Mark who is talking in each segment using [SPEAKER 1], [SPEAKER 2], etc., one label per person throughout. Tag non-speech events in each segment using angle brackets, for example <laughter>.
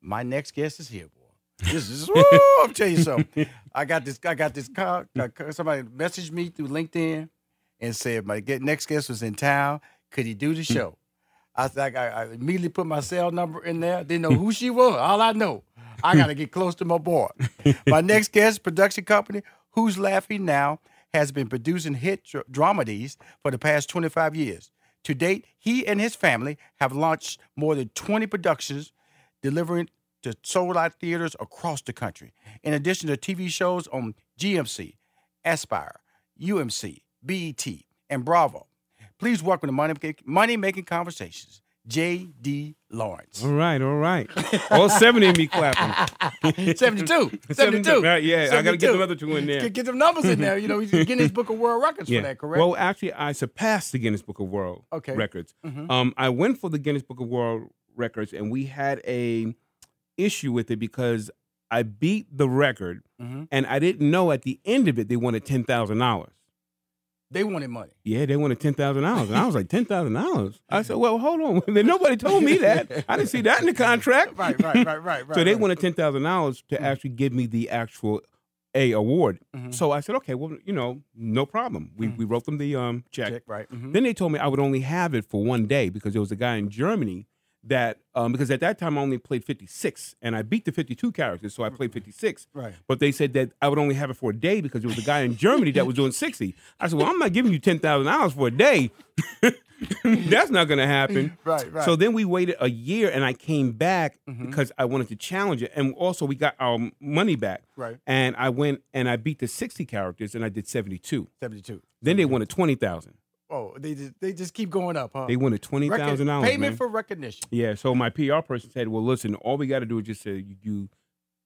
[SPEAKER 1] my next guest is here, boy. This is <laughs> woo, I'm telling you something. I got this. I got this. Call, somebody messaged me through LinkedIn and said my get, next guest was in town. Could he do the show? I, was like, I I immediately put my cell number in there. Didn't know who she was. All I know, I gotta get close to my boy. My next guest, production company, Who's Laughing Now, has been producing hit dr- dramedies for the past 25 years. To date, he and his family have launched more than 20 productions, delivering to sold out theaters across the country. In addition to TV shows on GMC, Aspire, UMC, BET, E and Bravo. Please welcome to Money, Money Making Conversations, J.D. Lawrence.
[SPEAKER 2] All right, all right. All seven of
[SPEAKER 1] <laughs>
[SPEAKER 2] me clapping. <laughs>
[SPEAKER 1] 72. 72.
[SPEAKER 2] Right, yeah, I got to get
[SPEAKER 1] 72.
[SPEAKER 2] another two in there.
[SPEAKER 1] Get, get them numbers in there. You know, he's getting his book of world records
[SPEAKER 2] Yeah.
[SPEAKER 1] for that, correct?
[SPEAKER 2] Well, actually, I surpassed the Guinness Book of World
[SPEAKER 1] Okay.
[SPEAKER 2] Records.
[SPEAKER 1] Mhm.
[SPEAKER 2] Um, I went for the Guinness Book of World Records, and we had a issue with it because I beat the record,
[SPEAKER 1] Mhm.
[SPEAKER 2] and I didn't know at the end of it they wanted ten thousand dollars.
[SPEAKER 1] They wanted money.
[SPEAKER 2] Yeah, they wanted ten thousand dollars, and I was like ten thousand dollars. I said, "Well, hold on, <laughs> Then nobody told me that. I didn't see that in the contract."
[SPEAKER 1] Right, right, right, right, right.
[SPEAKER 2] <laughs>
[SPEAKER 1] Mm.
[SPEAKER 2] so they
[SPEAKER 1] right.
[SPEAKER 2] wanted ten thousand dollars to actually give me the actual a award.
[SPEAKER 1] Mhm.
[SPEAKER 2] So I said, okay, well, you know, no problem. We we wrote them the um check.
[SPEAKER 1] Mm. Check, right. mhm.
[SPEAKER 2] Then they told me I would only have it for one day because there was a guy in Germany that um because at that time I only played fifty six and I beat the fifty two characters, so I played fifty six.
[SPEAKER 1] Right.
[SPEAKER 2] But they said that I would only have it for a day because there was a guy in Germany that was doing 60. I said, Well, I'm not giving you $10,000 for a day. <laughs> That's not going to happen.
[SPEAKER 1] Right, right.
[SPEAKER 2] So then we waited a year and I came back because I wanted to challenge it. And also, we got our money back.
[SPEAKER 1] Right.
[SPEAKER 2] And I went and I beat the 60 characters and I did 72.
[SPEAKER 1] 72.
[SPEAKER 2] Then they wanted 20000
[SPEAKER 1] Oh, they just, they just keep going up, huh?
[SPEAKER 2] They wanted
[SPEAKER 1] Recon-
[SPEAKER 2] $20,000.
[SPEAKER 1] Payment
[SPEAKER 2] man.
[SPEAKER 1] for recognition.
[SPEAKER 2] Yeah. So my PR person said, "Well, listen, all we got to do is just say you, you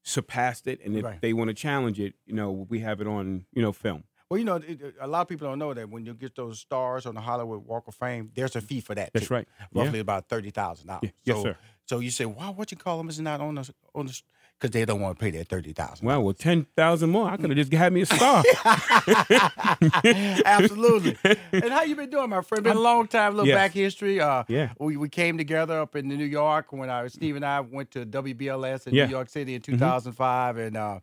[SPEAKER 2] surpassed it, and if
[SPEAKER 1] Right.
[SPEAKER 2] they want to challenge it, you know, we have it on, you know, film."
[SPEAKER 1] Well, you know, it, it- a lot of people don't know that when you get those stars on the Hollywood Walk of Fame, there's a fee for that.
[SPEAKER 2] That's
[SPEAKER 1] too.
[SPEAKER 2] right.
[SPEAKER 1] Roughly about thirty thousand dollars.
[SPEAKER 2] Yeah. Yes,
[SPEAKER 1] so,
[SPEAKER 2] sir.
[SPEAKER 1] So you say, why would you call them? It's not on the on the because they don't want to pay that thirty thousand.
[SPEAKER 2] Wow. Well, ten thousand more. I could have just had me a star.
[SPEAKER 1] <laughs> Absolutely. And how you been doing, my friend? Been a long time. Look
[SPEAKER 2] Yes.
[SPEAKER 1] back history. Uh,
[SPEAKER 2] Yeah.
[SPEAKER 1] We, we came together up in New York when I Steve and I went to WBLS in
[SPEAKER 2] Yeah. Mm-hmm.
[SPEAKER 1] New York City in 2005, and uh,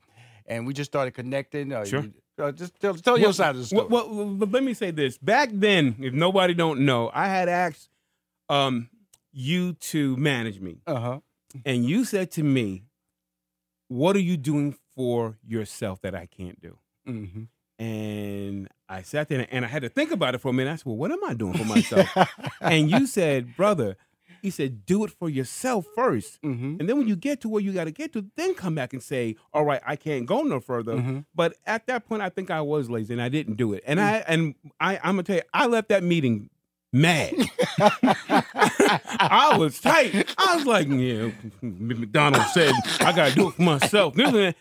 [SPEAKER 1] and we just started connecting. Uh,
[SPEAKER 2] Sure.
[SPEAKER 1] you- uh, just tell, tell your side of the story.
[SPEAKER 2] well, well, well, but let me say this. Back then, if nobody don't know, I had asked um, you to manage me,
[SPEAKER 1] uh huh.
[SPEAKER 2] and you said to me, "What are you doing for yourself that I can't do?" <laughs>
[SPEAKER 1] Mm-hmm.
[SPEAKER 2] And I sat there and I had to think about it for a minute. I said, Well, what am I doing
[SPEAKER 1] <laughs>
[SPEAKER 2] for myself? and you said, Brother, he said, Do it for yourself first.
[SPEAKER 1] Mm-hmm.
[SPEAKER 2] And then when you get to where you got to get to, then come back and say, All right, I can't go no further.
[SPEAKER 1] Mhm.
[SPEAKER 2] But at that point, I think I was lazy and I didn't do it.
[SPEAKER 1] Mm.
[SPEAKER 2] And I and I I'm gonna tell you, I left that meeting mad. I was tight. I was like, yeah, McDonald said I gotta do it for myself. And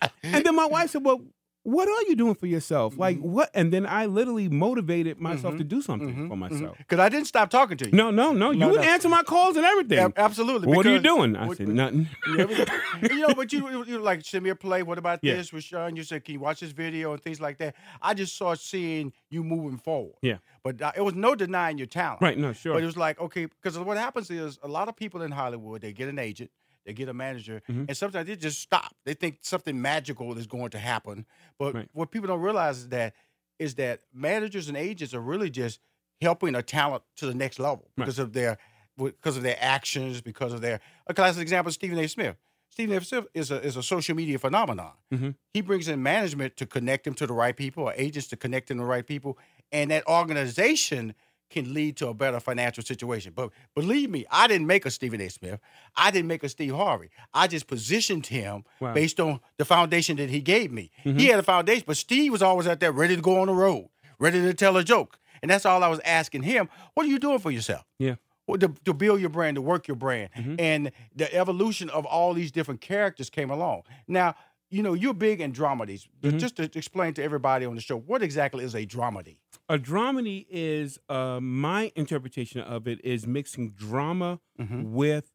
[SPEAKER 2] then my wife said, Well, what are you doing for yourself? Like
[SPEAKER 1] Mm-hmm.
[SPEAKER 2] what? And then I literally motivated myself to do something for myself.
[SPEAKER 1] Because I didn't stop talking to you.
[SPEAKER 2] No, no, no. You
[SPEAKER 1] Mm-hmm. No,
[SPEAKER 2] would
[SPEAKER 1] no.
[SPEAKER 2] answer my calls and everything.
[SPEAKER 1] Ab- absolutely.
[SPEAKER 2] what are you
[SPEAKER 1] because-
[SPEAKER 2] doing? I
[SPEAKER 1] what-
[SPEAKER 2] said, nothing.
[SPEAKER 1] Yeah, we- <laughs> you know, but you you- you like send me a play. What about
[SPEAKER 2] Yeah.
[SPEAKER 1] this, Rashawn? You said, can you watch this video and things like that. I just saw seeing you moving forward.
[SPEAKER 2] Yeah.
[SPEAKER 1] but uh, it was no denying your talent.
[SPEAKER 2] Right, no, sure.
[SPEAKER 1] But it was like okay, because what happens is a lot of people in Hollywood they get an agent, they get a manager,
[SPEAKER 2] Mhm.
[SPEAKER 1] and sometimes they just stop. They think something magical is going to happen. But
[SPEAKER 2] Right.
[SPEAKER 1] what people don't realize is that is that managers and agents are really just helping a talent to the next level
[SPEAKER 2] Right.
[SPEAKER 1] because of their because of their actions, because of their a classic example is Stephen A. Smith. Stephen A. Smith is a is a social media phenomenon.
[SPEAKER 2] Mhm.
[SPEAKER 1] He brings in management to connect him to the right people, or agents to connect him to the right people, and that organization can lead to a better financial situation. But believe me, I didn't make a Stephen A. Smith. I didn't make a Steve Harvey. I just positioned him
[SPEAKER 2] Wow.
[SPEAKER 1] based on the foundation that he gave me. He had a foundation, but Steve was always out there ready to go on the road, ready to tell a joke. And that's all I was asking him. What are you doing for yourself?
[SPEAKER 2] yeah.
[SPEAKER 1] Well, to, to build your brand, to work your brand, and the evolution of all these different characters came along. Now, you know, you're big in dramedies. Just to explain to everybody on the show, what exactly is a dramedy?
[SPEAKER 2] A dramedy is uh, my interpretation of it is mixing drama with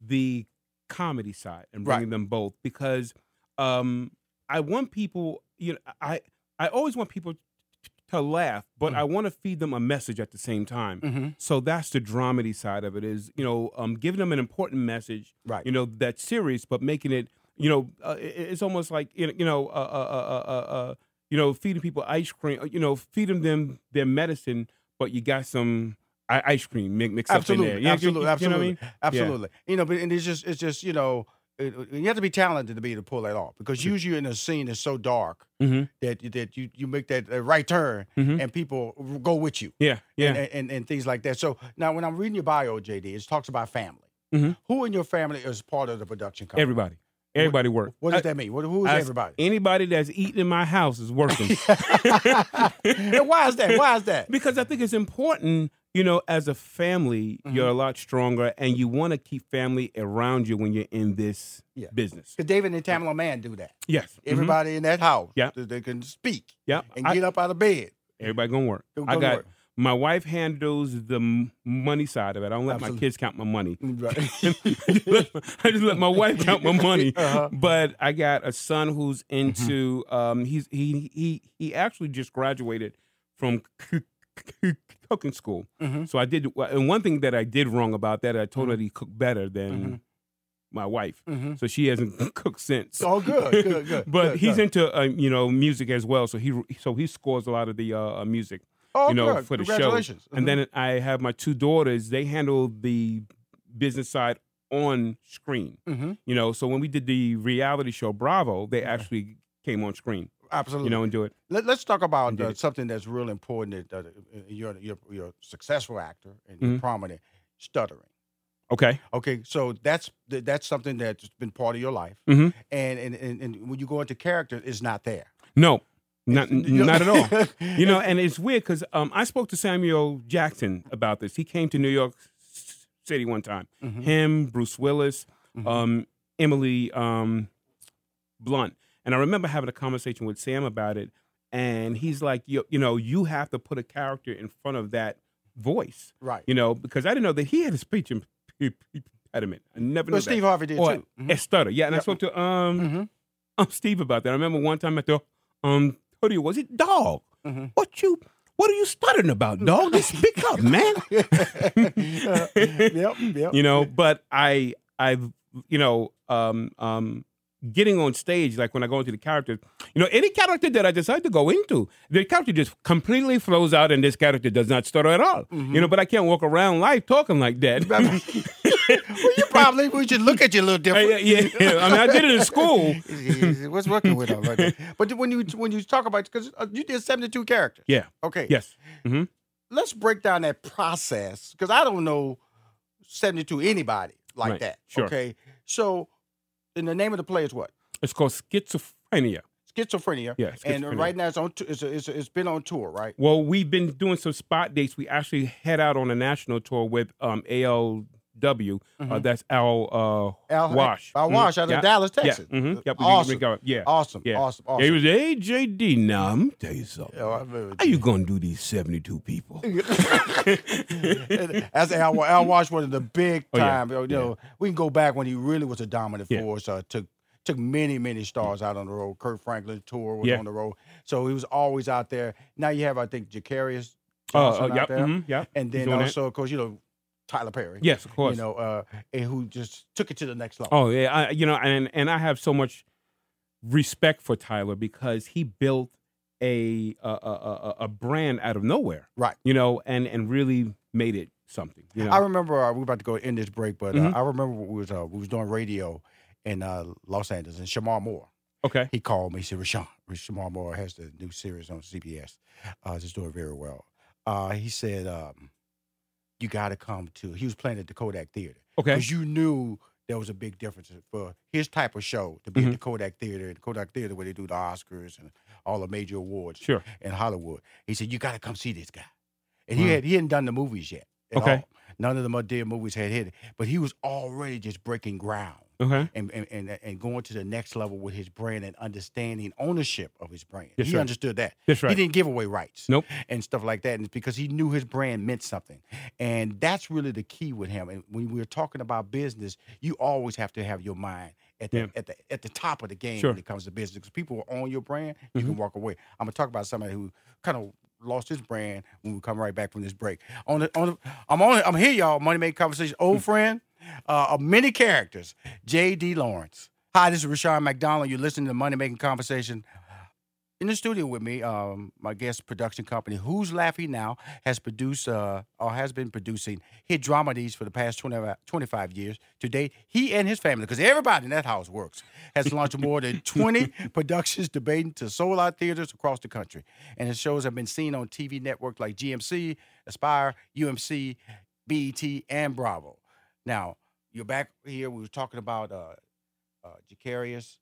[SPEAKER 2] the comedy side and
[SPEAKER 1] Right.
[SPEAKER 2] bringing them both because um, I want people, you know, I I always want people t- to laugh, but
[SPEAKER 1] Mhm.
[SPEAKER 2] I want to feed them a message at the same time.
[SPEAKER 1] Mhm.
[SPEAKER 2] So that's the dramedy side of it is, you know, um, giving them an important message,
[SPEAKER 1] Right.
[SPEAKER 2] you know, that's serious, but making it, you know, uh, i- i- it's almost like, you know- you know, uh, uh, uh, uh, uh, you know, feeding people ice cream, uh, you know, feeding them their medicine, but you got some i- ice cream mi- mixed up in
[SPEAKER 1] Absolutely,
[SPEAKER 2] there.
[SPEAKER 1] absolutely,
[SPEAKER 2] you, you know what I
[SPEAKER 1] absolutely,
[SPEAKER 2] mean?
[SPEAKER 1] absolutely. You know, but and it's just, it's just, you know, it, it- you have to be talented to be able to pull that off because usually in a scene is so dark
[SPEAKER 2] Mhm.
[SPEAKER 1] that that you you make that uh, right turn
[SPEAKER 2] Mhm.
[SPEAKER 1] and people go with you.
[SPEAKER 2] Yeah, yeah.
[SPEAKER 1] and, and, and things like that. So now, when I'm reading your bio, JD, it talks about family.
[SPEAKER 2] Mhm.
[SPEAKER 1] Who in your family is part of the production company?
[SPEAKER 2] everybody, everybody work.
[SPEAKER 1] What does that mean? What, who is
[SPEAKER 2] I-
[SPEAKER 1] everybody?
[SPEAKER 2] <laughs> Anybody that's eating in my house is working.
[SPEAKER 1] <laughs>
[SPEAKER 2] <laughs>
[SPEAKER 1] and why is that? Why is that?
[SPEAKER 2] because I think it's important. You know, as a family,
[SPEAKER 1] Mm-hmm.
[SPEAKER 2] you're a lot stronger, and you want to keep family around you when you're in this
[SPEAKER 1] Yeah.
[SPEAKER 2] business.
[SPEAKER 1] Because David and Tamala Mann do that.
[SPEAKER 2] Yes, Mhm.
[SPEAKER 1] Everybody in that house,
[SPEAKER 2] Yeah.
[SPEAKER 1] that they can speak
[SPEAKER 2] Yep,
[SPEAKER 1] and
[SPEAKER 2] I-
[SPEAKER 1] get up out of bed.
[SPEAKER 2] everybody gonna work.
[SPEAKER 1] Go-
[SPEAKER 2] I
[SPEAKER 1] go to
[SPEAKER 2] got
[SPEAKER 1] work.
[SPEAKER 2] my wife handles the m- money side of it. I don't let my
[SPEAKER 1] Absolutely.
[SPEAKER 2] kids count
[SPEAKER 1] <laughs>
[SPEAKER 2] my money. <laughs>
[SPEAKER 1] Mm, Right.
[SPEAKER 2] I just let- I just let my wife count my money.
[SPEAKER 1] <laughs> Uh-huh.
[SPEAKER 2] But I got a son who's
[SPEAKER 1] Mm-hmm.
[SPEAKER 2] into um he's he he he actually just graduated from c- c- cooking school.
[SPEAKER 1] Mhm.
[SPEAKER 2] So I did and one thing that I did wrong about that I
[SPEAKER 1] Mm-hmm.
[SPEAKER 2] told her that he cooked better than my wife.
[SPEAKER 1] Mhm.
[SPEAKER 2] So she hasn't <laughs> cooked since.
[SPEAKER 1] Oh, good,
[SPEAKER 2] <laughs>
[SPEAKER 1] good, good.
[SPEAKER 2] but
[SPEAKER 1] good,
[SPEAKER 2] he's
[SPEAKER 1] good.
[SPEAKER 2] into uh, you know music as well, so he so he scores a lot of the uh, music
[SPEAKER 1] oh,
[SPEAKER 2] you know,
[SPEAKER 1] good.
[SPEAKER 2] for the show.
[SPEAKER 1] Congratulations. Mm-hmm.
[SPEAKER 2] And then I have my two daughters. They handle the business side on screen.
[SPEAKER 1] Mhm.
[SPEAKER 2] You know, so when we did the reality show Bravo, they actually came on screen.
[SPEAKER 1] Mm-hmm. absolutely.
[SPEAKER 2] You know, and do it.
[SPEAKER 1] Let, us talk
[SPEAKER 2] I
[SPEAKER 1] about
[SPEAKER 2] did
[SPEAKER 1] uh,
[SPEAKER 2] it.
[SPEAKER 1] something that's real important. That, uh, you're, you're you're a successful actor and you're
[SPEAKER 2] Mhm.
[SPEAKER 1] prominent. Stuttering.
[SPEAKER 2] Okay.
[SPEAKER 1] Okay, so that's th- that's something that's been part of your life,
[SPEAKER 2] Mhm.
[SPEAKER 1] and, and and and when you go into character, it's not there.
[SPEAKER 2] No, not
[SPEAKER 1] You know-
[SPEAKER 2] not at all.
[SPEAKER 1] <laughs>
[SPEAKER 2] You know, and it's weird because um, I spoke to Samuel Jackson about this. He came to New York S- City one time.
[SPEAKER 1] Mhm.
[SPEAKER 2] Him, Bruce Willis,
[SPEAKER 1] Mhm.
[SPEAKER 2] um, Emily um, Blunt, and I remember having a conversation with Sam about it. And he's like, you, you know, you have to put a character in front of that voice,
[SPEAKER 1] right?
[SPEAKER 2] you know, because I didn't know that he had a speech imp- <laughs> impediment. I never knew
[SPEAKER 1] but
[SPEAKER 2] that.
[SPEAKER 1] Steve Harvey did
[SPEAKER 2] Or
[SPEAKER 1] too.
[SPEAKER 2] a stutter. Mm-hmm. Yeah, and I
[SPEAKER 1] Yeah.
[SPEAKER 2] spoke to um,
[SPEAKER 1] Mhm.
[SPEAKER 2] um Steve about that. I remember one time at the um studio, was it dog?
[SPEAKER 1] Mhm.
[SPEAKER 2] What you what are you stuttering about, dog? Just speak up, man.
[SPEAKER 1] <laughs>
[SPEAKER 2] <laughs>
[SPEAKER 1] yep, yep.
[SPEAKER 2] You know, but I I've you know, um um getting on stage, like when I go into the character, you know, any character that I decide to go into, the character just completely flows out and this character does not stutter at all. You know, but I can't walk around life talking like
[SPEAKER 1] <laughs>
[SPEAKER 2] that.
[SPEAKER 1] well, you probably we should look at you a little
[SPEAKER 2] I-
[SPEAKER 1] different.
[SPEAKER 2] <laughs> yeah, yeah. I mean I did
[SPEAKER 1] <laughs>
[SPEAKER 2] it in school.
[SPEAKER 1] What's working with him? Okay. But when you when you talk about because you did seventy two characters.
[SPEAKER 2] Yeah.
[SPEAKER 1] Okay.
[SPEAKER 2] Yes.
[SPEAKER 1] let's break down that process because I don't know 72 anybody like
[SPEAKER 2] Right,
[SPEAKER 1] that.
[SPEAKER 2] sure.
[SPEAKER 1] Okay. So, in the name of the play is what?
[SPEAKER 2] It's called schizophrenia.
[SPEAKER 1] Schizophrenia.
[SPEAKER 2] Yeah,
[SPEAKER 1] And
[SPEAKER 2] Schizophrenia.
[SPEAKER 1] right now it's on. t- It's, it's, it's been on tour, right?
[SPEAKER 2] Well, we've been doing some spot dates. We actually head out on a national tour with um, ALW. Uh,
[SPEAKER 1] Mhm.
[SPEAKER 2] that's Al, uh,
[SPEAKER 1] Al-
[SPEAKER 2] Wash.
[SPEAKER 1] Al Wash out of
[SPEAKER 2] yeah.
[SPEAKER 1] Dallas,
[SPEAKER 2] Yeah.
[SPEAKER 1] Texas.
[SPEAKER 2] mhm. Yep, we did- we
[SPEAKER 1] Awesome.
[SPEAKER 2] got- yeah.
[SPEAKER 1] Awesome.
[SPEAKER 2] Yeah.
[SPEAKER 1] Awesome.
[SPEAKER 2] Yeah, He
[SPEAKER 1] Awesome.
[SPEAKER 2] was AJD. Now, I'm going to tell you something.
[SPEAKER 1] Yeah, I remember
[SPEAKER 2] How you going to do these 72
[SPEAKER 1] <laughs>
[SPEAKER 2] people? <laughs> Uh,
[SPEAKER 1] That's Al, Wa- Al Wash, one of the big
[SPEAKER 2] Oh, yeah.
[SPEAKER 1] time. You know, we can go back when he really was a dominant
[SPEAKER 2] Yeah.
[SPEAKER 1] force. Uh, took took many many stars out on the road. Kurt Franklin tour was
[SPEAKER 2] Yeah.
[SPEAKER 1] on the road, so he was always out there. Now you have, I think, Jacarius
[SPEAKER 2] Oh,
[SPEAKER 1] Johnson out
[SPEAKER 2] yep,
[SPEAKER 1] there,
[SPEAKER 2] mhm, yep.
[SPEAKER 1] and
[SPEAKER 2] He's
[SPEAKER 1] then
[SPEAKER 2] doing that.
[SPEAKER 1] also, of course, you know, Tyler Perry.
[SPEAKER 2] Yes, of course.
[SPEAKER 1] you know, uh, and who just took it to the next level.
[SPEAKER 2] Oh yeah, I, you know, and and I have so much respect for Tyler because he built a a, a- a, a brand out of nowhere,
[SPEAKER 1] Right.
[SPEAKER 2] You know, and and really made it something. You know,
[SPEAKER 1] I remember uh, we were about to go end this break, but
[SPEAKER 2] Mhm.
[SPEAKER 1] uh, I remember we was uh, we was doing radio in uh, Los Angeles, and Shamar Moore.
[SPEAKER 2] okay,
[SPEAKER 1] He called me. He said, "Rashawn, Rashawn Moore has the new series on CBS. Uh, it's doing very well." Uh, he said, um, "You got to come to." He was playing at the Kodak Theater
[SPEAKER 2] okay,
[SPEAKER 1] because you knew there was a big difference for his type of show to be
[SPEAKER 2] Mhm.
[SPEAKER 1] at the Kodak Theater, the Kodak Theater where they do the Oscars and all the major awards
[SPEAKER 2] sure,
[SPEAKER 1] in Hollywood. He said, "You got to come see this guy," and he
[SPEAKER 2] Wow.
[SPEAKER 1] had he hadn't done the movies yet. at
[SPEAKER 2] Mm. Okay.
[SPEAKER 1] all. none of the Madea movies had hit it, but he was already just breaking ground
[SPEAKER 2] okay,
[SPEAKER 1] and, and, and, and going to the next level with his brand and understanding ownership of his brand.
[SPEAKER 2] Yes,
[SPEAKER 1] he
[SPEAKER 2] sir.
[SPEAKER 1] understood that.
[SPEAKER 2] that's
[SPEAKER 1] He
[SPEAKER 2] right.
[SPEAKER 1] didn't give away rights.
[SPEAKER 2] Nope.
[SPEAKER 1] And stuff like that. And it's because he knew his brand meant something. And that's really the key with him. And when we're talking about business, you always have to have your mind at the,
[SPEAKER 2] Yeah.
[SPEAKER 1] at the, at the top of the game
[SPEAKER 2] Sure. Mm-hmm.
[SPEAKER 1] when it comes to business. Because people are on your brand, you can walk away. I'm going to talk about somebody who kind of lost his brand when we come right back from this break. On the, on the, I'm on I'm here, y'all. Money Made Conversation.
[SPEAKER 2] Mm.
[SPEAKER 1] Old friend uh, of many characters, J.D. Lawrence. Hi, this is Rashawn McDonald. You're listening to Money Making Conversation. In the studio with me, um, my guest production company, Who's Laughing Now, has produced uh, or has been producing hit dramedies for the past 20, 25 years. To date, he and his family, because everybody in that house works, has launched more than 20 productions debating to sold out theaters across the country. And his shows have been seen on TV networks like GMC, Aspire, UMC, BET, E and Bravo. Now, you're back here. We were talking about uh, uh, Jacarius.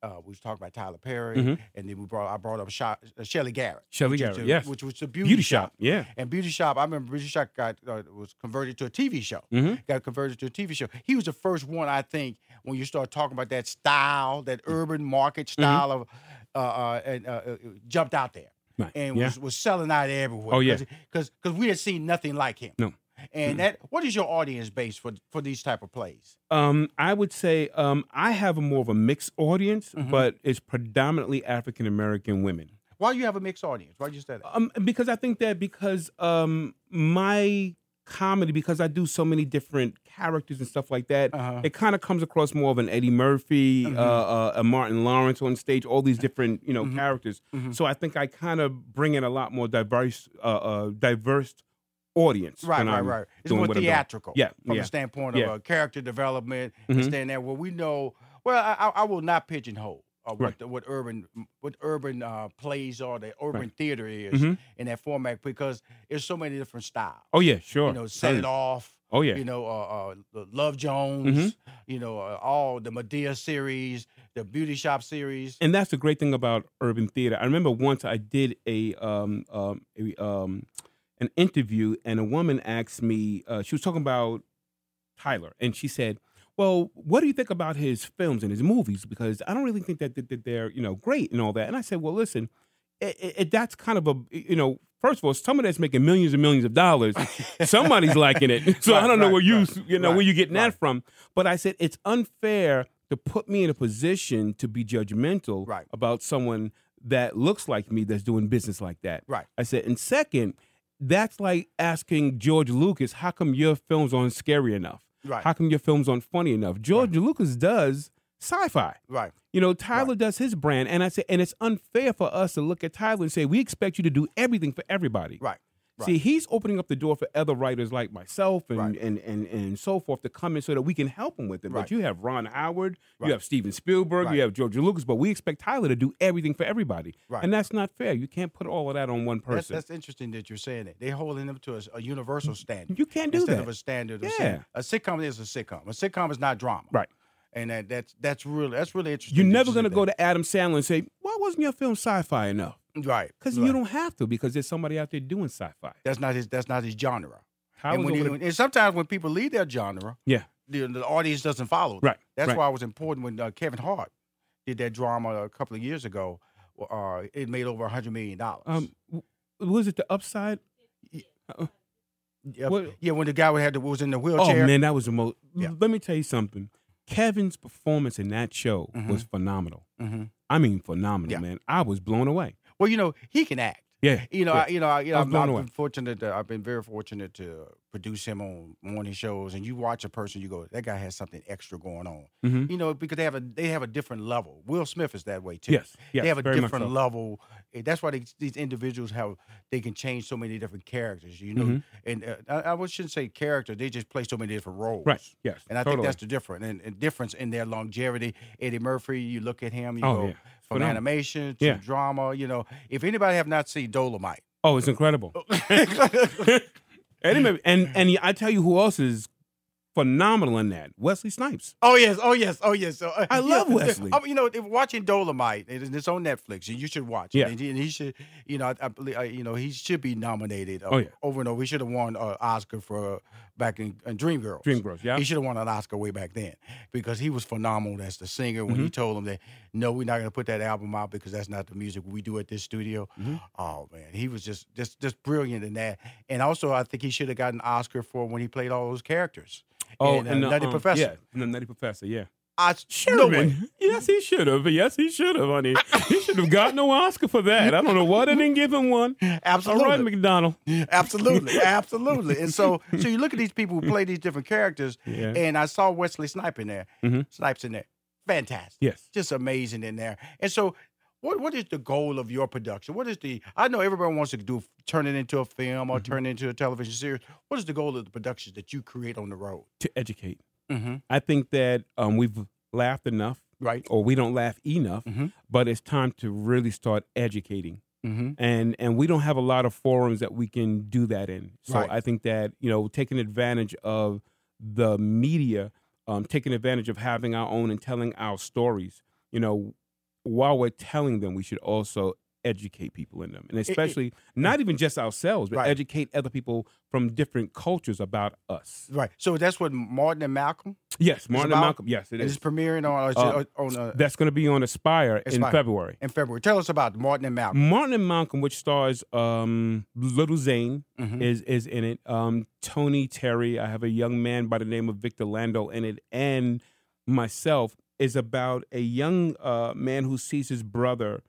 [SPEAKER 1] Uh, we was talking about Tyler Perry,
[SPEAKER 2] Mhm.
[SPEAKER 1] and then we brought I brought up Sha- uh, Shelly Garrett.
[SPEAKER 2] Shelly
[SPEAKER 1] which is
[SPEAKER 2] Garrett,
[SPEAKER 1] the-
[SPEAKER 2] yes.
[SPEAKER 1] which was the beauty,
[SPEAKER 2] Beauty,
[SPEAKER 1] shop.
[SPEAKER 2] shop. Yeah.
[SPEAKER 1] And Beauty Shop, I remember Beauty Shop got uh, was converted to a TV show.
[SPEAKER 2] hmm
[SPEAKER 1] Got converted to a TV show. He was the first one, I think, when you start talking about that style, that
[SPEAKER 2] Mm-hmm.
[SPEAKER 1] urban market style of, uh, uh, and uh, uh, jumped out there
[SPEAKER 2] Right.
[SPEAKER 1] and
[SPEAKER 2] yeah.
[SPEAKER 1] was, was selling out everywhere.
[SPEAKER 2] Oh, yeah.
[SPEAKER 1] because because we had seen nothing like him.
[SPEAKER 2] No.
[SPEAKER 1] And that what is your audience base for for these type of plays?
[SPEAKER 2] Um, I would say um, I have a more of a mixed audience,
[SPEAKER 1] Mhm.
[SPEAKER 2] but it's predominantly African American women.
[SPEAKER 1] Why you have a mixed audience? Why you say that?
[SPEAKER 2] Um, because I think that because um, my comedy, because I do so many different characters and stuff like that,
[SPEAKER 1] Uh-huh.
[SPEAKER 2] it kind of comes across more of an Eddie Murphy,
[SPEAKER 1] Mhm.
[SPEAKER 2] uh, uh, a Martin Lawrence on stage, all these different you know
[SPEAKER 1] Mhm.
[SPEAKER 2] characters.
[SPEAKER 1] Mhm.
[SPEAKER 2] So I think I kind of bring in a lot more diverse, uh, uh, diverse audience.
[SPEAKER 1] Right,
[SPEAKER 2] when
[SPEAKER 1] right,
[SPEAKER 2] I'm-
[SPEAKER 1] right. It's
[SPEAKER 2] doing
[SPEAKER 1] more
[SPEAKER 2] what I'm doing.
[SPEAKER 1] theatrical.
[SPEAKER 2] Yeah,
[SPEAKER 1] From
[SPEAKER 2] yeah.
[SPEAKER 1] the standpoint
[SPEAKER 2] Yeah.
[SPEAKER 1] of uh, character development,
[SPEAKER 2] Mhm.
[SPEAKER 1] and stand there where we know. Well, I, I- I will not pigeonhole uh, what
[SPEAKER 2] Right.
[SPEAKER 1] the, what urban what urban uh, plays are, that urban theater is
[SPEAKER 2] Mhm.
[SPEAKER 1] in that format because there's so many different styles.
[SPEAKER 2] Oh yeah, sure.
[SPEAKER 1] You know, set it
[SPEAKER 2] Tons.
[SPEAKER 1] off.
[SPEAKER 2] Oh yeah.
[SPEAKER 1] You know, uh, uh, Love Jones.
[SPEAKER 2] Mhm.
[SPEAKER 1] You know, uh, all the Medea series, the Beauty Shop series.
[SPEAKER 2] and that's the great thing about urban theater. I remember once I did a um um, a, um an interview, and a woman asked me. Uh, she was talking about Tyler, and she said, "Well, what do you think about his films and his movies? Because I don't really think that, that, that they're you know great and all that." And I said, "Well, listen, it, it, it- that's kind of a you know." First of all, someone that's making millions and millions of dollars, somebody's liking it. <laughs> So I
[SPEAKER 1] Right,
[SPEAKER 2] don't know
[SPEAKER 1] right,
[SPEAKER 2] where you
[SPEAKER 1] right,
[SPEAKER 2] you know
[SPEAKER 1] right,
[SPEAKER 2] where you getting
[SPEAKER 1] right.
[SPEAKER 2] that from. But I said it's unfair to put me in a position to be judgmental
[SPEAKER 1] Right.
[SPEAKER 2] about someone that looks like me that's doing business like that.
[SPEAKER 1] Right.
[SPEAKER 2] I said, and second, that's like asking George Lucas, how come your films aren't scary enough?
[SPEAKER 1] Right.
[SPEAKER 2] How come your films aren't funny enough? George Lucas does sci-fi.
[SPEAKER 1] Right.
[SPEAKER 2] You know, Tyler does his brand, and I said, and it's unfair for us to look at Tyler and say we expect you to do everything for everybody.
[SPEAKER 1] Right. Right.
[SPEAKER 2] See, he's opening up the door for other writers like myself and,
[SPEAKER 1] Right.
[SPEAKER 2] and, and, and so forth to come in so that we can help him with it.
[SPEAKER 1] Right.
[SPEAKER 2] But you have Ron Howard,
[SPEAKER 1] Right.
[SPEAKER 2] you have Steven Spielberg,
[SPEAKER 1] Right.
[SPEAKER 2] you have George Lucas, but we expect Tyler to do everything for everybody.
[SPEAKER 1] Right.
[SPEAKER 2] And that's not fair. You can't put all of that on one
[SPEAKER 1] That's,
[SPEAKER 2] person.
[SPEAKER 1] that's interesting that you're saying that. They're holding them to a, a universal standard.
[SPEAKER 2] you can't do
[SPEAKER 1] instead
[SPEAKER 2] that.
[SPEAKER 1] of a standard. of
[SPEAKER 2] Yeah.
[SPEAKER 1] saying- a sitcom is a sitcom. A sitcom is not drama.
[SPEAKER 2] Right.
[SPEAKER 1] And that, that's that's really that's really interesting.
[SPEAKER 2] You're
[SPEAKER 1] that
[SPEAKER 2] never
[SPEAKER 1] you
[SPEAKER 2] going to
[SPEAKER 1] said
[SPEAKER 2] go to Adam Sandler and say, why wasn't your film sci fi enough?
[SPEAKER 1] that. right
[SPEAKER 2] Because
[SPEAKER 1] right.
[SPEAKER 2] you don't have to, because there's somebody out there doing sci fi.
[SPEAKER 1] That's not his. That's not his genre.
[SPEAKER 2] Tyler's
[SPEAKER 1] and, when
[SPEAKER 2] over
[SPEAKER 1] you, and sometimes when people leave their genre,
[SPEAKER 2] Yeah.
[SPEAKER 1] the, the audience doesn't follow. Them.
[SPEAKER 2] Right,
[SPEAKER 1] That's
[SPEAKER 2] right.
[SPEAKER 1] why it was important when uh, Kevin Hart did that drama a couple of years ago. Uh, it made over a hundred million dollars.
[SPEAKER 2] Um, w- was it the upside?
[SPEAKER 1] yeah,
[SPEAKER 2] what-
[SPEAKER 1] yeah, when the guy had the, was in the wheelchair.
[SPEAKER 2] Oh man, that was the most.
[SPEAKER 1] Yeah.
[SPEAKER 2] Let me tell you something. Kevin's performance in that show
[SPEAKER 1] Mhm.
[SPEAKER 2] was phenomenal.
[SPEAKER 1] hmm
[SPEAKER 2] I mean, phenomenal,
[SPEAKER 1] Yeah.
[SPEAKER 2] man. I was blown away.
[SPEAKER 1] Well, you know he can act.
[SPEAKER 2] Yeah,
[SPEAKER 1] You know,
[SPEAKER 2] yeah.
[SPEAKER 1] I, you know, I, you know
[SPEAKER 2] I was
[SPEAKER 1] I've,
[SPEAKER 2] blown
[SPEAKER 1] I've
[SPEAKER 2] away.
[SPEAKER 1] been fortunate. To, I've been very fortunate to produce him on morning shows, and you watch a person, you go, that guy has something extra going on.
[SPEAKER 2] Mhm.
[SPEAKER 1] You know, because they have a they have a different level. Will Smith is that way too.
[SPEAKER 2] Yes, yes,
[SPEAKER 1] they have a
[SPEAKER 2] very
[SPEAKER 1] different
[SPEAKER 2] much so.
[SPEAKER 1] level. Eh, That's why they, these individuals have they can change so many different characters. You know,
[SPEAKER 2] Mhm.
[SPEAKER 1] and uh, I, I shouldn't say character; they just play so many different roles.
[SPEAKER 2] Right. Yes.
[SPEAKER 1] And I
[SPEAKER 2] totally.
[SPEAKER 1] think that's the difference and, and difference in their longevity. Eddie Murphy, you look at him, you
[SPEAKER 2] Oh,
[SPEAKER 1] go
[SPEAKER 2] yeah.
[SPEAKER 1] from
[SPEAKER 2] Phenomenal.
[SPEAKER 1] animation to
[SPEAKER 2] Yeah.
[SPEAKER 1] drama. You know, if anybody have not seen Dolomite,
[SPEAKER 2] oh, it's incredible.
[SPEAKER 1] <laughs>
[SPEAKER 2] Eddie Murphy- <laughs> and and I tell you who else is phenomenal in that? Wesley Snipes.
[SPEAKER 1] <laughs> oh yes, oh yes, oh yes. So, uh,
[SPEAKER 2] I
[SPEAKER 1] you know,
[SPEAKER 2] love
[SPEAKER 1] the-
[SPEAKER 2] Wesley.
[SPEAKER 1] I mean, you know, if watching Dolomite, it is- it's on Netflix, and you should watch it.
[SPEAKER 2] Yeah.
[SPEAKER 1] And he, and he should, you know, I, I believe, I, you know, he should be nominated. uh,
[SPEAKER 2] Oh, yeah.
[SPEAKER 1] over and over. He should have won an Oscar for uh, back in, in Dreamgirls.
[SPEAKER 2] Dreamgirls. Yeah.
[SPEAKER 1] He should have won an Oscar way back then because he was phenomenal as the singer when
[SPEAKER 2] Mm-hmm.
[SPEAKER 1] he told him that, no, we're not going to put that album out because that's not the music we do at this studio.
[SPEAKER 2] Mm-hmm.
[SPEAKER 1] Oh, man. He was just, just just brilliant in that. And also, I think he should have gotten an Oscar for when he played all those characters.
[SPEAKER 2] Oh,
[SPEAKER 1] in,
[SPEAKER 2] and,
[SPEAKER 1] uh,
[SPEAKER 2] uh,
[SPEAKER 1] Nutty
[SPEAKER 2] um,
[SPEAKER 1] Professor.
[SPEAKER 2] Yeah. and the Nutty Professor. Yeah.
[SPEAKER 1] I no way.
[SPEAKER 2] Sherman. yes, he should have. Yes, he should have, honey. He should have gotten an Oscar for that. I don't know why they didn't give him one. All
[SPEAKER 1] Absolutely.
[SPEAKER 2] right, McDonald. <laughs>
[SPEAKER 1] Absolutely. Absolutely. And so so you look at these people who play these different characters,
[SPEAKER 2] Yeah.
[SPEAKER 1] and I saw Wesley Snipes in there.
[SPEAKER 2] Mhm.
[SPEAKER 1] Snipes in there. Fantastic.
[SPEAKER 2] Yes.
[SPEAKER 1] Just amazing in there. And so what what is the goal of your production? What is the I know everyone wants to do turn it into a film or
[SPEAKER 2] Mhm.
[SPEAKER 1] turn it into a television series. What is the goal of the productions that you create on the road?
[SPEAKER 2] To educate.
[SPEAKER 1] Mm-hmm.
[SPEAKER 2] I think that um, we've laughed enough,
[SPEAKER 1] Right.
[SPEAKER 2] or we don't laugh enough,
[SPEAKER 1] Mhm.
[SPEAKER 2] but it's time to really start educating.
[SPEAKER 1] Mm-hmm.
[SPEAKER 2] and and we don't have a lot of forums that we can do that in. So
[SPEAKER 1] Right.
[SPEAKER 2] I think that you know taking advantage of the media, um, taking advantage of having our own and telling our stories. You know, while we're telling them, we should also educate people in them, and
[SPEAKER 1] it-
[SPEAKER 2] especially not even just ourselves, but
[SPEAKER 1] Right.
[SPEAKER 2] educate other people from different cultures about us.
[SPEAKER 1] Right. So that's what Martin and Malcolm
[SPEAKER 2] Yes, Martin and
[SPEAKER 1] about-
[SPEAKER 2] Malcolm. Yes, it
[SPEAKER 1] is
[SPEAKER 2] is.
[SPEAKER 1] premiering on
[SPEAKER 2] Uh,
[SPEAKER 1] on uh,
[SPEAKER 2] That's going to be on Aspire in
[SPEAKER 1] Aspire.
[SPEAKER 2] February.
[SPEAKER 1] in February. Tell us about Martin and Malcolm.
[SPEAKER 2] Martin and Malcolm, which stars um, Little Zane,
[SPEAKER 1] Mhm.
[SPEAKER 2] is is in it. Um, Tony Terry, I have a young man by the name of Victor Lando in it, and myself is about a young uh, man who sees his brother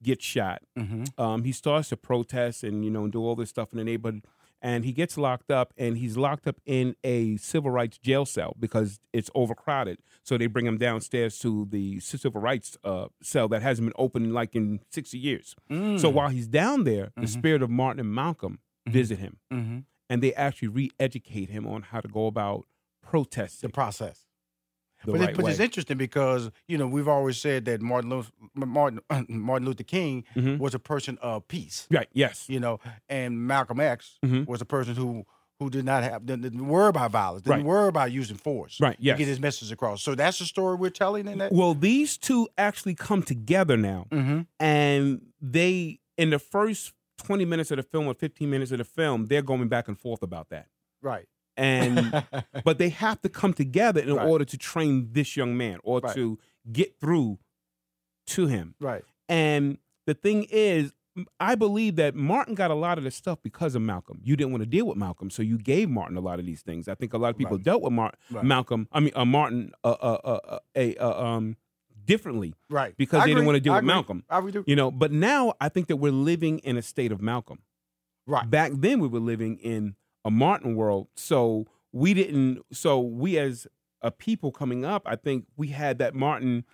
[SPEAKER 2] get shot.
[SPEAKER 1] Mm-hmm.
[SPEAKER 2] Um, he starts to protest and you know do all this stuff in the neighborhood, and he gets locked up, and he's locked up in a civil rights jail cell because it's overcrowded. So they bring him downstairs to the civil rights uh, cell that hasn't been opened like in sixty years.
[SPEAKER 1] Mm. Hmm.
[SPEAKER 2] So while he's down there, the
[SPEAKER 1] Mhm.
[SPEAKER 2] spirit of Martin and Malcolm
[SPEAKER 1] Mhm.
[SPEAKER 2] visit him,
[SPEAKER 1] hmm
[SPEAKER 2] and they actually re-educate him on how to go about
[SPEAKER 1] the
[SPEAKER 2] protesting
[SPEAKER 1] process.
[SPEAKER 2] the
[SPEAKER 1] but
[SPEAKER 2] right
[SPEAKER 1] it, but
[SPEAKER 2] way.
[SPEAKER 1] it's interesting because you know we've always said that Martin Luther, Martin <clears throat> Martin Luther King
[SPEAKER 2] Mhm.
[SPEAKER 1] was a person of peace,
[SPEAKER 2] right? Yes.
[SPEAKER 1] you know, and Malcolm X
[SPEAKER 2] Mhm.
[SPEAKER 1] was a person who who did not have didn't, didn't worry about violence, didn't
[SPEAKER 2] Right.
[SPEAKER 1] worry about using force
[SPEAKER 2] Right.
[SPEAKER 1] to get
[SPEAKER 2] Yes.
[SPEAKER 1] his message across. So that's the story we're telling in that.
[SPEAKER 2] Well, these two actually come together now,
[SPEAKER 1] Mm-hmm.
[SPEAKER 2] and they in the first twenty minutes of the film or fifteen minutes of the film, they're going back and forth about that,
[SPEAKER 1] Right.
[SPEAKER 2] and
[SPEAKER 1] <laughs>
[SPEAKER 2] but they have to come together in
[SPEAKER 1] Right.
[SPEAKER 2] order to train this young man or
[SPEAKER 1] Right.
[SPEAKER 2] to get through to him.
[SPEAKER 1] right.
[SPEAKER 2] And the thing is, m- I believe that Martin got a lot of this stuff because of Malcolm. You didn't want to deal with Malcolm, so you gave Martin a lot of these things. I think a lot of people
[SPEAKER 1] Right.
[SPEAKER 2] dealt with Mar-
[SPEAKER 1] Right.
[SPEAKER 2] Malcolm. I mean, uh, Martin, uh, uh, uh, uh, a uh, um, differently
[SPEAKER 1] Right.
[SPEAKER 2] because
[SPEAKER 1] I
[SPEAKER 2] they didn't
[SPEAKER 1] agree.
[SPEAKER 2] want to deal
[SPEAKER 1] I
[SPEAKER 2] with
[SPEAKER 1] agree.
[SPEAKER 2] Malcolm.
[SPEAKER 1] I would do.
[SPEAKER 2] You know, but now I think that we're living in a state of Malcolm.
[SPEAKER 1] Right.
[SPEAKER 2] Back then, we were living in a Martin world, so we didn't. So we, as a people coming up, I think we had that Martin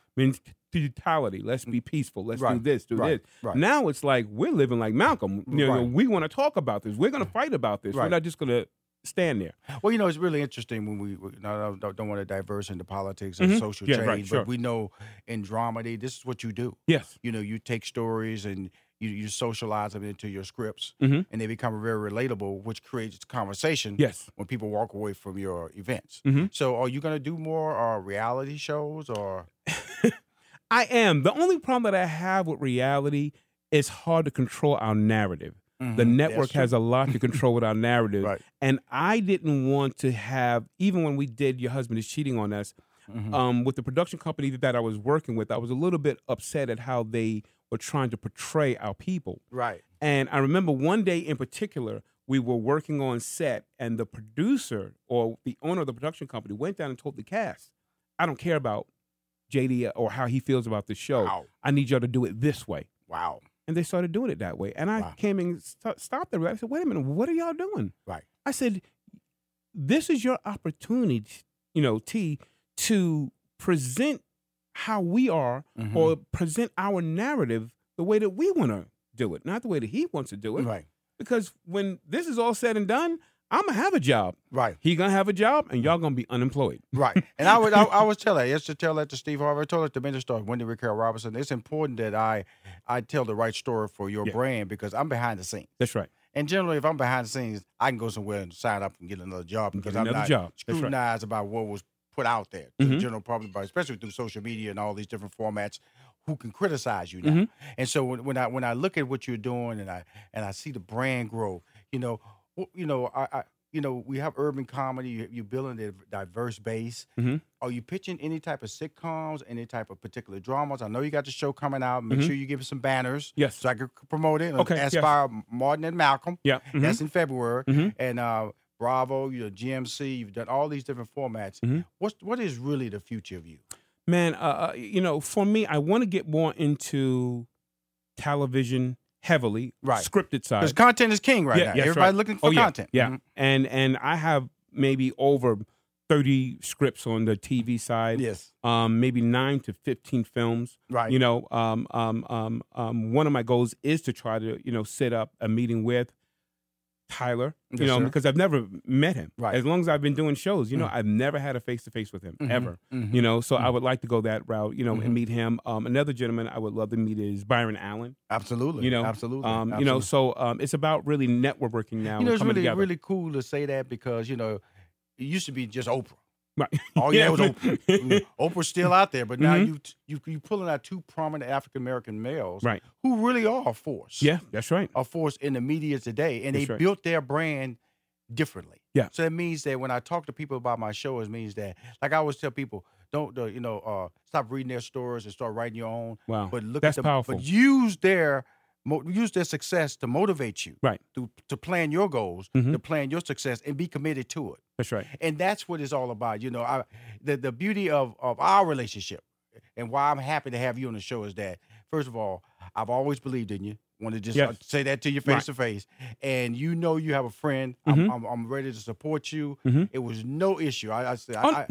[SPEAKER 2] mentality. Let's be peaceful. Let's do
[SPEAKER 1] Right.
[SPEAKER 2] this. Do
[SPEAKER 1] Right.
[SPEAKER 2] this.
[SPEAKER 1] Right.
[SPEAKER 2] Now it's like we're living like Malcolm. You know,
[SPEAKER 1] Right.
[SPEAKER 2] we want to talk about this. We're going to fight about this. We're
[SPEAKER 1] Right.
[SPEAKER 2] not just going to stand there.
[SPEAKER 1] Well, you know, it's really interesting when we, we no, no, don't, don't want to diverge into politics and
[SPEAKER 2] Mhm.
[SPEAKER 1] social
[SPEAKER 2] Yeah,
[SPEAKER 1] change,
[SPEAKER 2] right, sure.
[SPEAKER 1] but we know in dramedy, this is what you do.
[SPEAKER 2] Yes.
[SPEAKER 1] You know, you take stories and you, you socialize them into your scripts,
[SPEAKER 2] Mhm.
[SPEAKER 1] and they become very relatable, which creates conversation
[SPEAKER 2] Yes.
[SPEAKER 1] when people walk away from your events.
[SPEAKER 2] Mhm.
[SPEAKER 1] So, are you going to do more uh, reality shows or?
[SPEAKER 2] I am. The only problem that I have with reality is hard to control our narrative. The
[SPEAKER 1] Mhm,
[SPEAKER 2] network
[SPEAKER 1] that's true.
[SPEAKER 2] has a lot to control
[SPEAKER 1] <laughs>
[SPEAKER 2] with our narrative.
[SPEAKER 1] Right.
[SPEAKER 2] And I didn't want to have, even when we did Your Husband is Cheating on Us,
[SPEAKER 1] Mhm.
[SPEAKER 2] um, with the production company that I was working with, I was a little bit upset at how they were trying to portray our people.
[SPEAKER 1] right.
[SPEAKER 2] And I remember one day in particular, we were working on set, and the producer or the owner of the production company went down and told the cast, I don't care about JD or how he feels about the show.
[SPEAKER 1] Wow.
[SPEAKER 2] I need y'all to do it this way.
[SPEAKER 1] Wow.
[SPEAKER 2] And they started doing it that way. And I
[SPEAKER 1] Wow.
[SPEAKER 2] came and st- stopped them. I said, wait a minute, what are y'all doing?
[SPEAKER 1] Right.
[SPEAKER 2] I said, this is your opportunity, you know, T, to present how we are
[SPEAKER 1] Mhm.
[SPEAKER 2] or present our narrative the way that we want to do it, not the way that he wants to do it.
[SPEAKER 1] right.
[SPEAKER 2] Because when this is all said and done, I'm gonna have a job.
[SPEAKER 1] Right.
[SPEAKER 2] He gonna have a job, and y'all gonna be unemployed.
[SPEAKER 1] Right. And I would I, I was tell that. I used to tell that to Steve Harvey. I told it to Mentor Star, Wendy Raquel Robinson. It's important that I I tell the right story for your
[SPEAKER 2] Yeah.
[SPEAKER 1] brand because I'm behind the scenes.
[SPEAKER 2] That's right.
[SPEAKER 1] And generally if I'm behind the scenes, I can go somewhere and sign up and get another job
[SPEAKER 2] Get
[SPEAKER 1] because
[SPEAKER 2] another
[SPEAKER 1] I'm not
[SPEAKER 2] job. That's right.
[SPEAKER 1] scrutinized about what was put out there to
[SPEAKER 2] Mhm.
[SPEAKER 1] the general public, but especially through social media and all these different formats, who can criticize you now.
[SPEAKER 2] Mhm.
[SPEAKER 1] And so when, when I when I look at what you're doing and I and I see the brand grow, you know, wh- you know, I, I you know, we have urban comedy. You, you're building a diverse base.
[SPEAKER 2] Mhm.
[SPEAKER 1] Are you pitching any type of sitcoms, any type of particular dramas? I know you got the show coming out. Make
[SPEAKER 2] Mhm.
[SPEAKER 1] sure you give us some banners
[SPEAKER 2] Yes.
[SPEAKER 1] so I can c- promote it. uh,
[SPEAKER 2] Okay, yes.
[SPEAKER 1] Aspire Martin and Malcolm.
[SPEAKER 2] yeah. mhm.
[SPEAKER 1] That's in February.
[SPEAKER 2] Mhm.
[SPEAKER 1] And uh, Bravo, you're GMC. You've done all these different formats.
[SPEAKER 2] Mhm.
[SPEAKER 1] What's what is really the future of you?
[SPEAKER 2] man, uh, uh, you know, for me, I want to get more into television heavily,
[SPEAKER 1] Right.
[SPEAKER 2] Scripted side.
[SPEAKER 1] Because content is king right
[SPEAKER 2] Yeah,
[SPEAKER 1] now.
[SPEAKER 2] yes,
[SPEAKER 1] Everybody
[SPEAKER 2] right.
[SPEAKER 1] looking for
[SPEAKER 2] Oh, yeah,
[SPEAKER 1] content.
[SPEAKER 2] Yeah,
[SPEAKER 1] Mhm.
[SPEAKER 2] and and I have maybe over thirty scripts on the TV side.
[SPEAKER 1] Yes.
[SPEAKER 2] Um, maybe nine to fifteen films.
[SPEAKER 1] Right.
[SPEAKER 2] You know, um, um, um, um, one of my goals is to try to you know set up a meeting with Tyler. You
[SPEAKER 1] Yes,
[SPEAKER 2] know,
[SPEAKER 1] sir.
[SPEAKER 2] because I've never met him.
[SPEAKER 1] Right. Mm.
[SPEAKER 2] As long as I've been doing shows, you know, I've never had a face to face with him
[SPEAKER 1] Mhm.
[SPEAKER 2] ever.
[SPEAKER 1] Mhm.
[SPEAKER 2] You know, so I would like to go that route. You know,
[SPEAKER 1] Mhm.
[SPEAKER 2] and meet him. Um, another gentleman I would love to meet is Byron Allen.
[SPEAKER 1] Absolutely.
[SPEAKER 2] You know,
[SPEAKER 1] absolutely.
[SPEAKER 2] Um, you know,
[SPEAKER 1] Absolutely.
[SPEAKER 2] so um, it's about really networking now.
[SPEAKER 1] you know,
[SPEAKER 2] and
[SPEAKER 1] it's
[SPEAKER 2] coming
[SPEAKER 1] really,
[SPEAKER 2] together.
[SPEAKER 1] really cool to say that because, you know, it used to be just Oprah.
[SPEAKER 2] Right. <laughs>
[SPEAKER 1] All you
[SPEAKER 2] Yeah.
[SPEAKER 1] had was Oh, Oprah. Mm-hmm. Oprah's still out there, but now
[SPEAKER 2] Mhm.
[SPEAKER 1] you, you you pulling out two prominent African American males
[SPEAKER 2] Right.
[SPEAKER 1] who really are a force.
[SPEAKER 2] <laughs> Yeah, that's right.
[SPEAKER 1] a force in the media today, and they
[SPEAKER 2] That's right.
[SPEAKER 1] built their brand differently.
[SPEAKER 2] Yeah.
[SPEAKER 1] So that means that when I talk to people about my show, it means that, like I always tell people, don't uh, you know, uh, stop reading their stories and start writing your own.
[SPEAKER 2] Wow.
[SPEAKER 1] But look
[SPEAKER 2] That's
[SPEAKER 1] at the,
[SPEAKER 2] powerful.
[SPEAKER 1] But use their mo- use their success to motivate you.
[SPEAKER 2] Right.
[SPEAKER 1] To to plan your goals,
[SPEAKER 2] Mhm.
[SPEAKER 1] to plan your success, and be committed to it
[SPEAKER 2] That's right.
[SPEAKER 1] and that's what it's all about you know I, the, the beauty of, of our relationship and why i'm happy to have you on the show is that first of all i've always believed in you want to just uh,
[SPEAKER 2] Yes.
[SPEAKER 1] say that to you face
[SPEAKER 2] Right.
[SPEAKER 1] to face and you know you have a friend I'm,
[SPEAKER 2] Mhm.
[SPEAKER 1] I'm, I'm ready to support you
[SPEAKER 2] Mhm.
[SPEAKER 1] it was no issue i, I said I,
[SPEAKER 2] On-
[SPEAKER 1] I,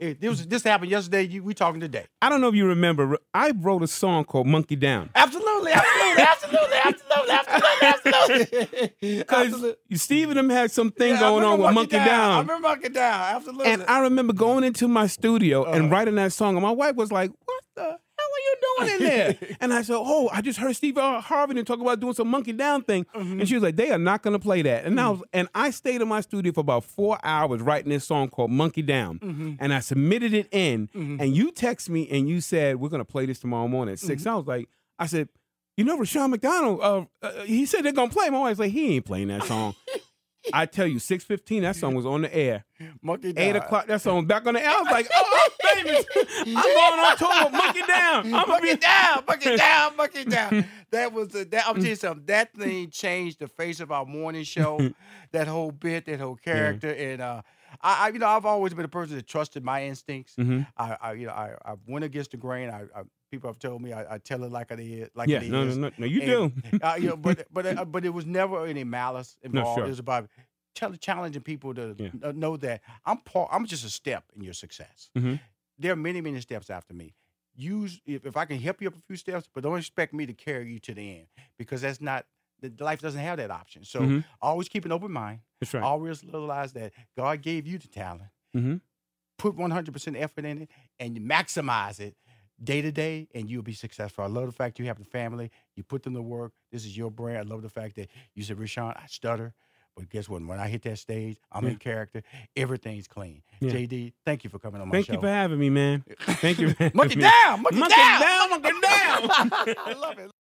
[SPEAKER 1] it, this, was- this happened yesterday you, we talking today
[SPEAKER 2] I don't know if you remember. I wrote a song called "Monkey Down."
[SPEAKER 1] absolutely absolutely absolutely absolutely absolutely
[SPEAKER 2] <laughs>
[SPEAKER 1] absolutely
[SPEAKER 2] Because Steve and them had some thing
[SPEAKER 1] Yeah, I
[SPEAKER 2] going
[SPEAKER 1] remember
[SPEAKER 2] on with Monkey
[SPEAKER 1] I
[SPEAKER 2] Down.
[SPEAKER 1] remember Monkey Down. Absolutely.
[SPEAKER 2] and I remember going into my studio
[SPEAKER 1] Uh-huh.
[SPEAKER 2] and writing that song. And my wife was like, What the hell are you doing in there? and I said, Oh, I just heard Steve Har- Harvey and talk about doing some Monkey Down thing.
[SPEAKER 1] Mhm.
[SPEAKER 2] And she was like, They are not going to play that. And, I was, and I stayed in my studio for about four hours writing this song called Monkey Down.
[SPEAKER 1] Mm. Mm-hmm.
[SPEAKER 2] And I submitted it in. And you text me and you said, We're going to play this tomorrow morning at 6 I was like, I said, You know, Rashawn McDonald, uh, uh, he said they're going to play. My wife's like, He ain't playing that song. I tell you, 6.15, that song was on the air
[SPEAKER 1] Monkey Down.
[SPEAKER 2] eight o'clock. That song back on the air. I was like, oh,
[SPEAKER 1] <laughs>
[SPEAKER 2] I'm famous. I'm going on tour with Monkey Down. I'm gonna
[SPEAKER 1] Buck
[SPEAKER 2] be
[SPEAKER 1] it down, buck
[SPEAKER 2] <laughs>
[SPEAKER 1] it down, buck it down. That was a, that. I'm
[SPEAKER 2] Mm.
[SPEAKER 1] telling you something. That thing changed the face of our morning
[SPEAKER 2] <laughs>
[SPEAKER 1] show. that whole bit, that whole character, and uh, I, I, you know, I've always been a person that trusted my instincts.
[SPEAKER 2] Mhm.
[SPEAKER 1] I, I, you know, I, I went against the grain. I, I people have told me I, I tell it like it is, like
[SPEAKER 2] Yeah,
[SPEAKER 1] it is.
[SPEAKER 2] no, no, no, no. You do.
[SPEAKER 1] <laughs> And, uh, you know, but but uh, but it was never any malice involved.
[SPEAKER 2] sure.
[SPEAKER 1] It was about tell, challenging people to
[SPEAKER 2] Yeah.
[SPEAKER 1] kn- know that I'm part. I'm just a step in your success.
[SPEAKER 2] Mhm.
[SPEAKER 1] There are many many steps after me. Use if, if I can help you up a few steps, but don't expect me to carry you to the end because that's not the the life doesn't have that option. So
[SPEAKER 2] Mhm.
[SPEAKER 1] always keep an open mind.
[SPEAKER 2] That's right.
[SPEAKER 1] Always realize that God gave you the talent.
[SPEAKER 2] Mhm.
[SPEAKER 1] Put 100% effort in it and you maximize it day to day, and you'll be successful. I love the fact you have the family. You put them to work. This is your brand. I love the fact that you said, Rashawn, I stutter. But guess what? When I hit that stage, I'm in
[SPEAKER 2] Yeah.
[SPEAKER 1] character. Everything's clean.
[SPEAKER 2] Yeah.
[SPEAKER 1] JD, thank you for coming on my
[SPEAKER 2] Thank
[SPEAKER 1] show.
[SPEAKER 2] you
[SPEAKER 1] <laughs>
[SPEAKER 2] for having me, man. Thank you. for having
[SPEAKER 1] monkey
[SPEAKER 2] me.
[SPEAKER 1] down, monkey,
[SPEAKER 2] Monkey
[SPEAKER 1] down,
[SPEAKER 2] down, monkey down.
[SPEAKER 1] <laughs> I love it.